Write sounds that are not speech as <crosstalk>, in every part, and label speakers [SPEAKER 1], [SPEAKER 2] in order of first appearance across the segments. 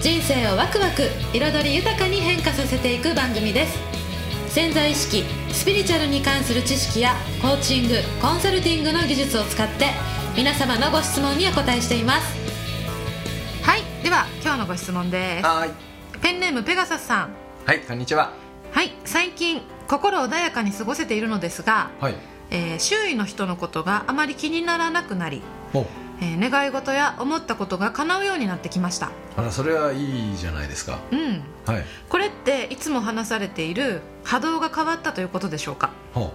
[SPEAKER 1] 人生をワクワク彩り豊かに変化させていく番組です潜在意識スピリチュアルに関する知識やコーチングコンサルティングの技術を使って皆様のご質問にお答えしていますはいでは今日のご質問で
[SPEAKER 2] はい
[SPEAKER 1] すペンネームペガサスさん
[SPEAKER 2] はいこんにちは
[SPEAKER 1] はい最近心穏やかに過ごせているのですが、
[SPEAKER 2] はい
[SPEAKER 1] えー周囲の人のことがあまり気にならなくなり、
[SPEAKER 2] お
[SPEAKER 1] えー願い事や思ったことが叶うようになってきました
[SPEAKER 2] あらそれはいいじゃないですか
[SPEAKER 1] うん
[SPEAKER 2] はい
[SPEAKER 1] これっていつも話されている波動が変わったということでしょうか
[SPEAKER 2] ほ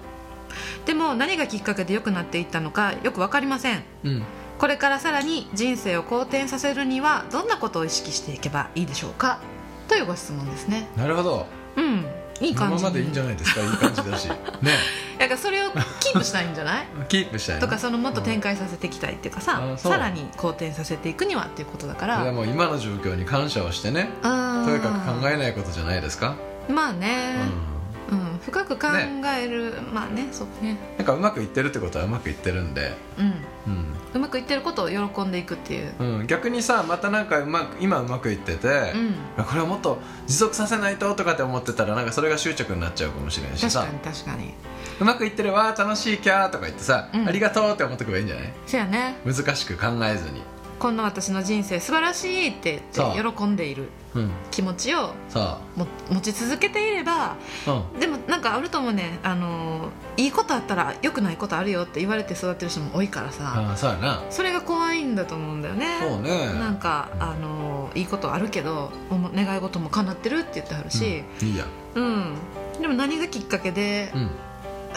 [SPEAKER 1] でも何がきっかけで良くなっていったのかよく分かりません
[SPEAKER 2] ううん
[SPEAKER 1] これからさらに人生を好転させるにはどんなことを意識していけばいいでしょうかというご質問ですね
[SPEAKER 2] なるほど
[SPEAKER 1] うんいい
[SPEAKER 2] この
[SPEAKER 1] 感
[SPEAKER 2] ま
[SPEAKER 1] じ
[SPEAKER 2] までいいんじゃないですかいい感じだ <laughs> しね
[SPEAKER 1] だからそれをキープしたいんじゃない
[SPEAKER 2] キープしたいな
[SPEAKER 1] とかそのもっと展開させていきたいっていうかさ、
[SPEAKER 2] あそう
[SPEAKER 1] さらに好転させていくにはっていうことだか
[SPEAKER 2] いや
[SPEAKER 1] ら
[SPEAKER 2] もう今の状況に感謝をしてねと
[SPEAKER 1] と
[SPEAKER 2] にかく考えないことじゃないですか、
[SPEAKER 1] まあ
[SPEAKER 2] う
[SPEAKER 1] ね、
[SPEAKER 2] ん、
[SPEAKER 1] うん深く考える、まあねそうね
[SPEAKER 2] なんかうまくいってるってことはうまくいってるんで、
[SPEAKER 1] うん
[SPEAKER 2] うん、
[SPEAKER 1] うまくいってることを喜んでいくっていう
[SPEAKER 2] うん、逆にさまたなんかうまく今うまくいってて、
[SPEAKER 1] うん
[SPEAKER 2] これはもっと持続させないととかって思ってたらなんかそれが執着になっちゃうかもしれんし
[SPEAKER 1] 確
[SPEAKER 2] さ
[SPEAKER 1] かに確かに
[SPEAKER 2] うまくいってるわー楽しいキャーとか言ってさ、
[SPEAKER 1] うん
[SPEAKER 2] ありがとうって思ってくばいいんじゃない
[SPEAKER 1] そうやね
[SPEAKER 2] 難しく考えずに
[SPEAKER 1] こんな私の人生素晴らしいって言
[SPEAKER 2] そ
[SPEAKER 1] って喜んでいる
[SPEAKER 2] うん
[SPEAKER 1] 気持ちを
[SPEAKER 2] さ
[SPEAKER 1] も持ち続けていれば
[SPEAKER 2] あうん
[SPEAKER 1] でもなんかあると思うねあのいいことあったら良くないことあるよって言われて育ってる人も多いからさ、
[SPEAKER 2] ああそうやな
[SPEAKER 1] それが怖いんだと思うんだよね
[SPEAKER 2] そうね
[SPEAKER 1] なんかあのいいことあるけどおも願い事も叶ってるって言ってはるし、
[SPEAKER 2] うんいいや
[SPEAKER 1] うんでも何がきっかけで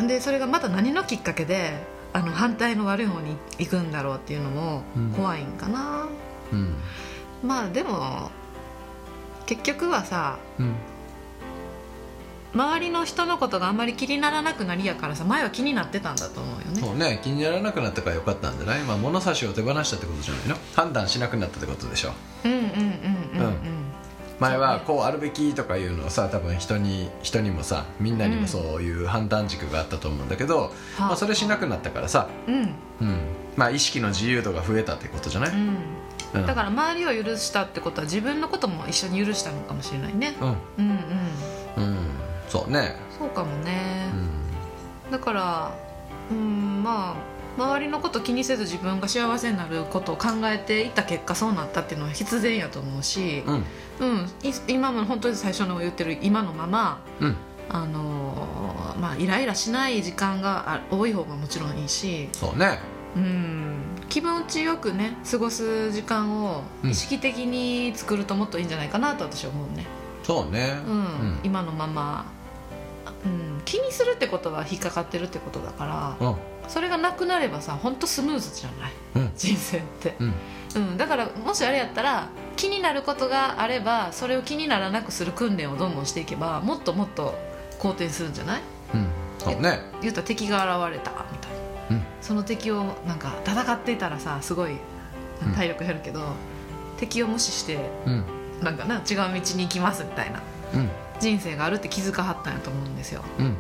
[SPEAKER 2] う、ん
[SPEAKER 1] でそれがまた何のきっかけであの反対の悪い方に行くんだろうっていうのも
[SPEAKER 2] うん
[SPEAKER 1] 怖いんかな、
[SPEAKER 2] うん
[SPEAKER 1] まあでも結局はさ
[SPEAKER 2] うん
[SPEAKER 1] 周りの人のことがあんまり気にならなくなりやからさ前は気になってたんだと思うよね
[SPEAKER 2] そうね気にならなくなったからよかったんじゃないまあ物差しを手放したってことじゃないの判断しなくなったってことでしょ
[SPEAKER 1] うんうんうんうんうん、
[SPEAKER 2] うん前
[SPEAKER 1] そう
[SPEAKER 2] は
[SPEAKER 1] ね
[SPEAKER 2] こうあるべきとかいうのをさ多分人に人にもさみんなにもそういう判断軸があったと思うんだけど、まあ、それしなくなったからさ、
[SPEAKER 1] うんうん
[SPEAKER 2] うんまあ、意識の自由度が増えたってことじゃない、うん
[SPEAKER 1] だから周りを許したってことは自分のことも一緒に許したのかもしれないね
[SPEAKER 2] うん、
[SPEAKER 1] うんうん
[SPEAKER 2] うん、そうね、
[SPEAKER 1] そうかもね
[SPEAKER 2] う、ん、
[SPEAKER 1] だからうんまあ周りのこと気にせず自分が幸せになることを考えていった結果そうなったっていうのは必然やと思うし、
[SPEAKER 2] うん
[SPEAKER 1] うん、い今も本当に最初の言ってる今のまま
[SPEAKER 2] うん
[SPEAKER 1] あのーまあイライラしない時間があ多い方がもちろんいいし、
[SPEAKER 2] そうね
[SPEAKER 1] うん、気持ちよくね過ごす時間を
[SPEAKER 2] うん
[SPEAKER 1] 意識的に作るともっといいんじゃないかなと私は思うね。
[SPEAKER 2] そうね
[SPEAKER 1] うん今のまま、うん、気にするってことは引っかかってるってことだから
[SPEAKER 2] うん
[SPEAKER 1] それがなくなればさ本当スムーズじゃない
[SPEAKER 2] うん
[SPEAKER 1] 人生って、
[SPEAKER 2] うん
[SPEAKER 1] うんだからもしあれやったら気になることがあればそれを気にならなくする訓練をどんどんしていけばもっともっと好転するんじゃない
[SPEAKER 2] うんそうね
[SPEAKER 1] 言うたら敵が現れたみたいな、
[SPEAKER 2] うん
[SPEAKER 1] その敵をなんか戦っていたらさすごい
[SPEAKER 2] うん
[SPEAKER 1] 体力減るけど、敵を無視して
[SPEAKER 2] うん
[SPEAKER 1] なんかな違う道に行きますみたいな
[SPEAKER 2] うん
[SPEAKER 1] 人生があるって気づかはったんやと思うんですよ
[SPEAKER 2] うんい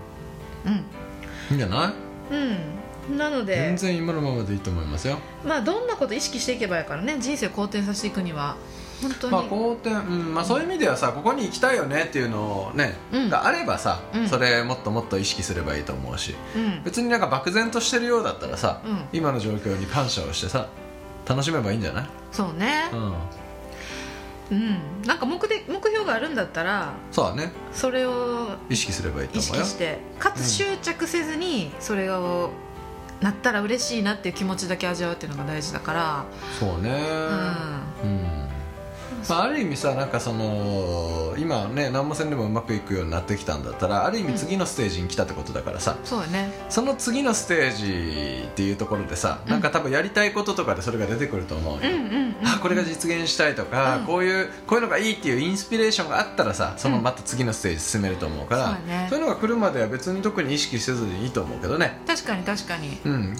[SPEAKER 1] うん
[SPEAKER 2] いんじゃない
[SPEAKER 1] うん、なので
[SPEAKER 2] 全、然今のままでいいと思いますよ
[SPEAKER 1] まあ、どんなこと意識していけばいいからね人生を好転させていくには本当に、
[SPEAKER 2] まあ好転、うんまあ、そういう意味ではさここに行きたいよねっていうのをね、
[SPEAKER 1] うん
[SPEAKER 2] があればさ、
[SPEAKER 1] うん
[SPEAKER 2] それもっともっと意識すればいいと思うし
[SPEAKER 1] うん
[SPEAKER 2] 別になんか漠然としてるようだったらさ、
[SPEAKER 1] うん
[SPEAKER 2] 今の状況に感謝をしてさ楽しめばいいんじゃない、
[SPEAKER 1] そうね
[SPEAKER 2] う、ん、
[SPEAKER 1] うん、なんか目的目標があるんだったら
[SPEAKER 2] そうだね
[SPEAKER 1] それを
[SPEAKER 2] 意識すればいいと
[SPEAKER 1] 意
[SPEAKER 2] 思う
[SPEAKER 1] 識
[SPEAKER 2] よ
[SPEAKER 1] してか
[SPEAKER 2] う
[SPEAKER 1] つ
[SPEAKER 2] ん
[SPEAKER 1] 執着せずにそれをなったら嬉しいなっていう気持ちだけ味わうっていうのが大事だか
[SPEAKER 2] そうね
[SPEAKER 1] ら、うん
[SPEAKER 2] うん、まあ、ある意味さなんかその今ね何もせんでもうまくいくようになってきたんだったらある意味次のステージに来たってことだからさ、
[SPEAKER 1] そうよね
[SPEAKER 2] その次のステージっていうところでさ、
[SPEAKER 1] うん
[SPEAKER 2] なんか多分やりたいこととかでそれが出てくると思うよ、
[SPEAKER 1] うんうんうん
[SPEAKER 2] あこれが実現したいとか、
[SPEAKER 1] うん
[SPEAKER 2] こういうこういうのがいいっていうインスピレーションがあったらさそのまた次のステージ進めると思うから、
[SPEAKER 1] そうだね
[SPEAKER 2] いうのが来るまでは別に特に意識せずにいいと思うけどね
[SPEAKER 1] 確かに確かに
[SPEAKER 2] うん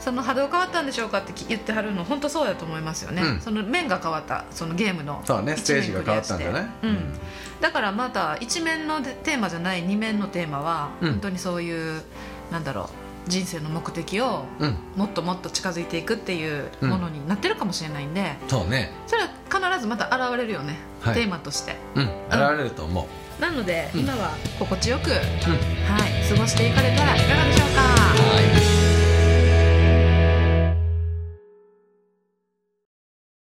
[SPEAKER 1] その波動変わったんでしょうかって言ってはるの本当そうだと思いますよね、
[SPEAKER 2] うん
[SPEAKER 1] その面が変わったそのゲームの
[SPEAKER 2] そうねステージ
[SPEAKER 1] 一面
[SPEAKER 2] が
[SPEAKER 1] クリ
[SPEAKER 2] 変わ
[SPEAKER 1] ア
[SPEAKER 2] っ
[SPEAKER 1] して
[SPEAKER 2] たんだね
[SPEAKER 1] うんだからまた一面のテーマじゃない二面のテーマは
[SPEAKER 2] うん
[SPEAKER 1] 本当にそういう、なんだろう人生の目的を
[SPEAKER 2] うん、うん
[SPEAKER 1] もっともっと近づいていくっていうものになってるかもしれないんで、
[SPEAKER 2] そうね
[SPEAKER 1] それは必ずまた現れるよね、
[SPEAKER 2] はい
[SPEAKER 1] テーマとして
[SPEAKER 2] うん現れると思う、
[SPEAKER 1] なので、
[SPEAKER 2] うん
[SPEAKER 1] 今は心地よく、
[SPEAKER 2] うん
[SPEAKER 1] はい、過ごしていかれたらいかがでしょうか
[SPEAKER 2] はい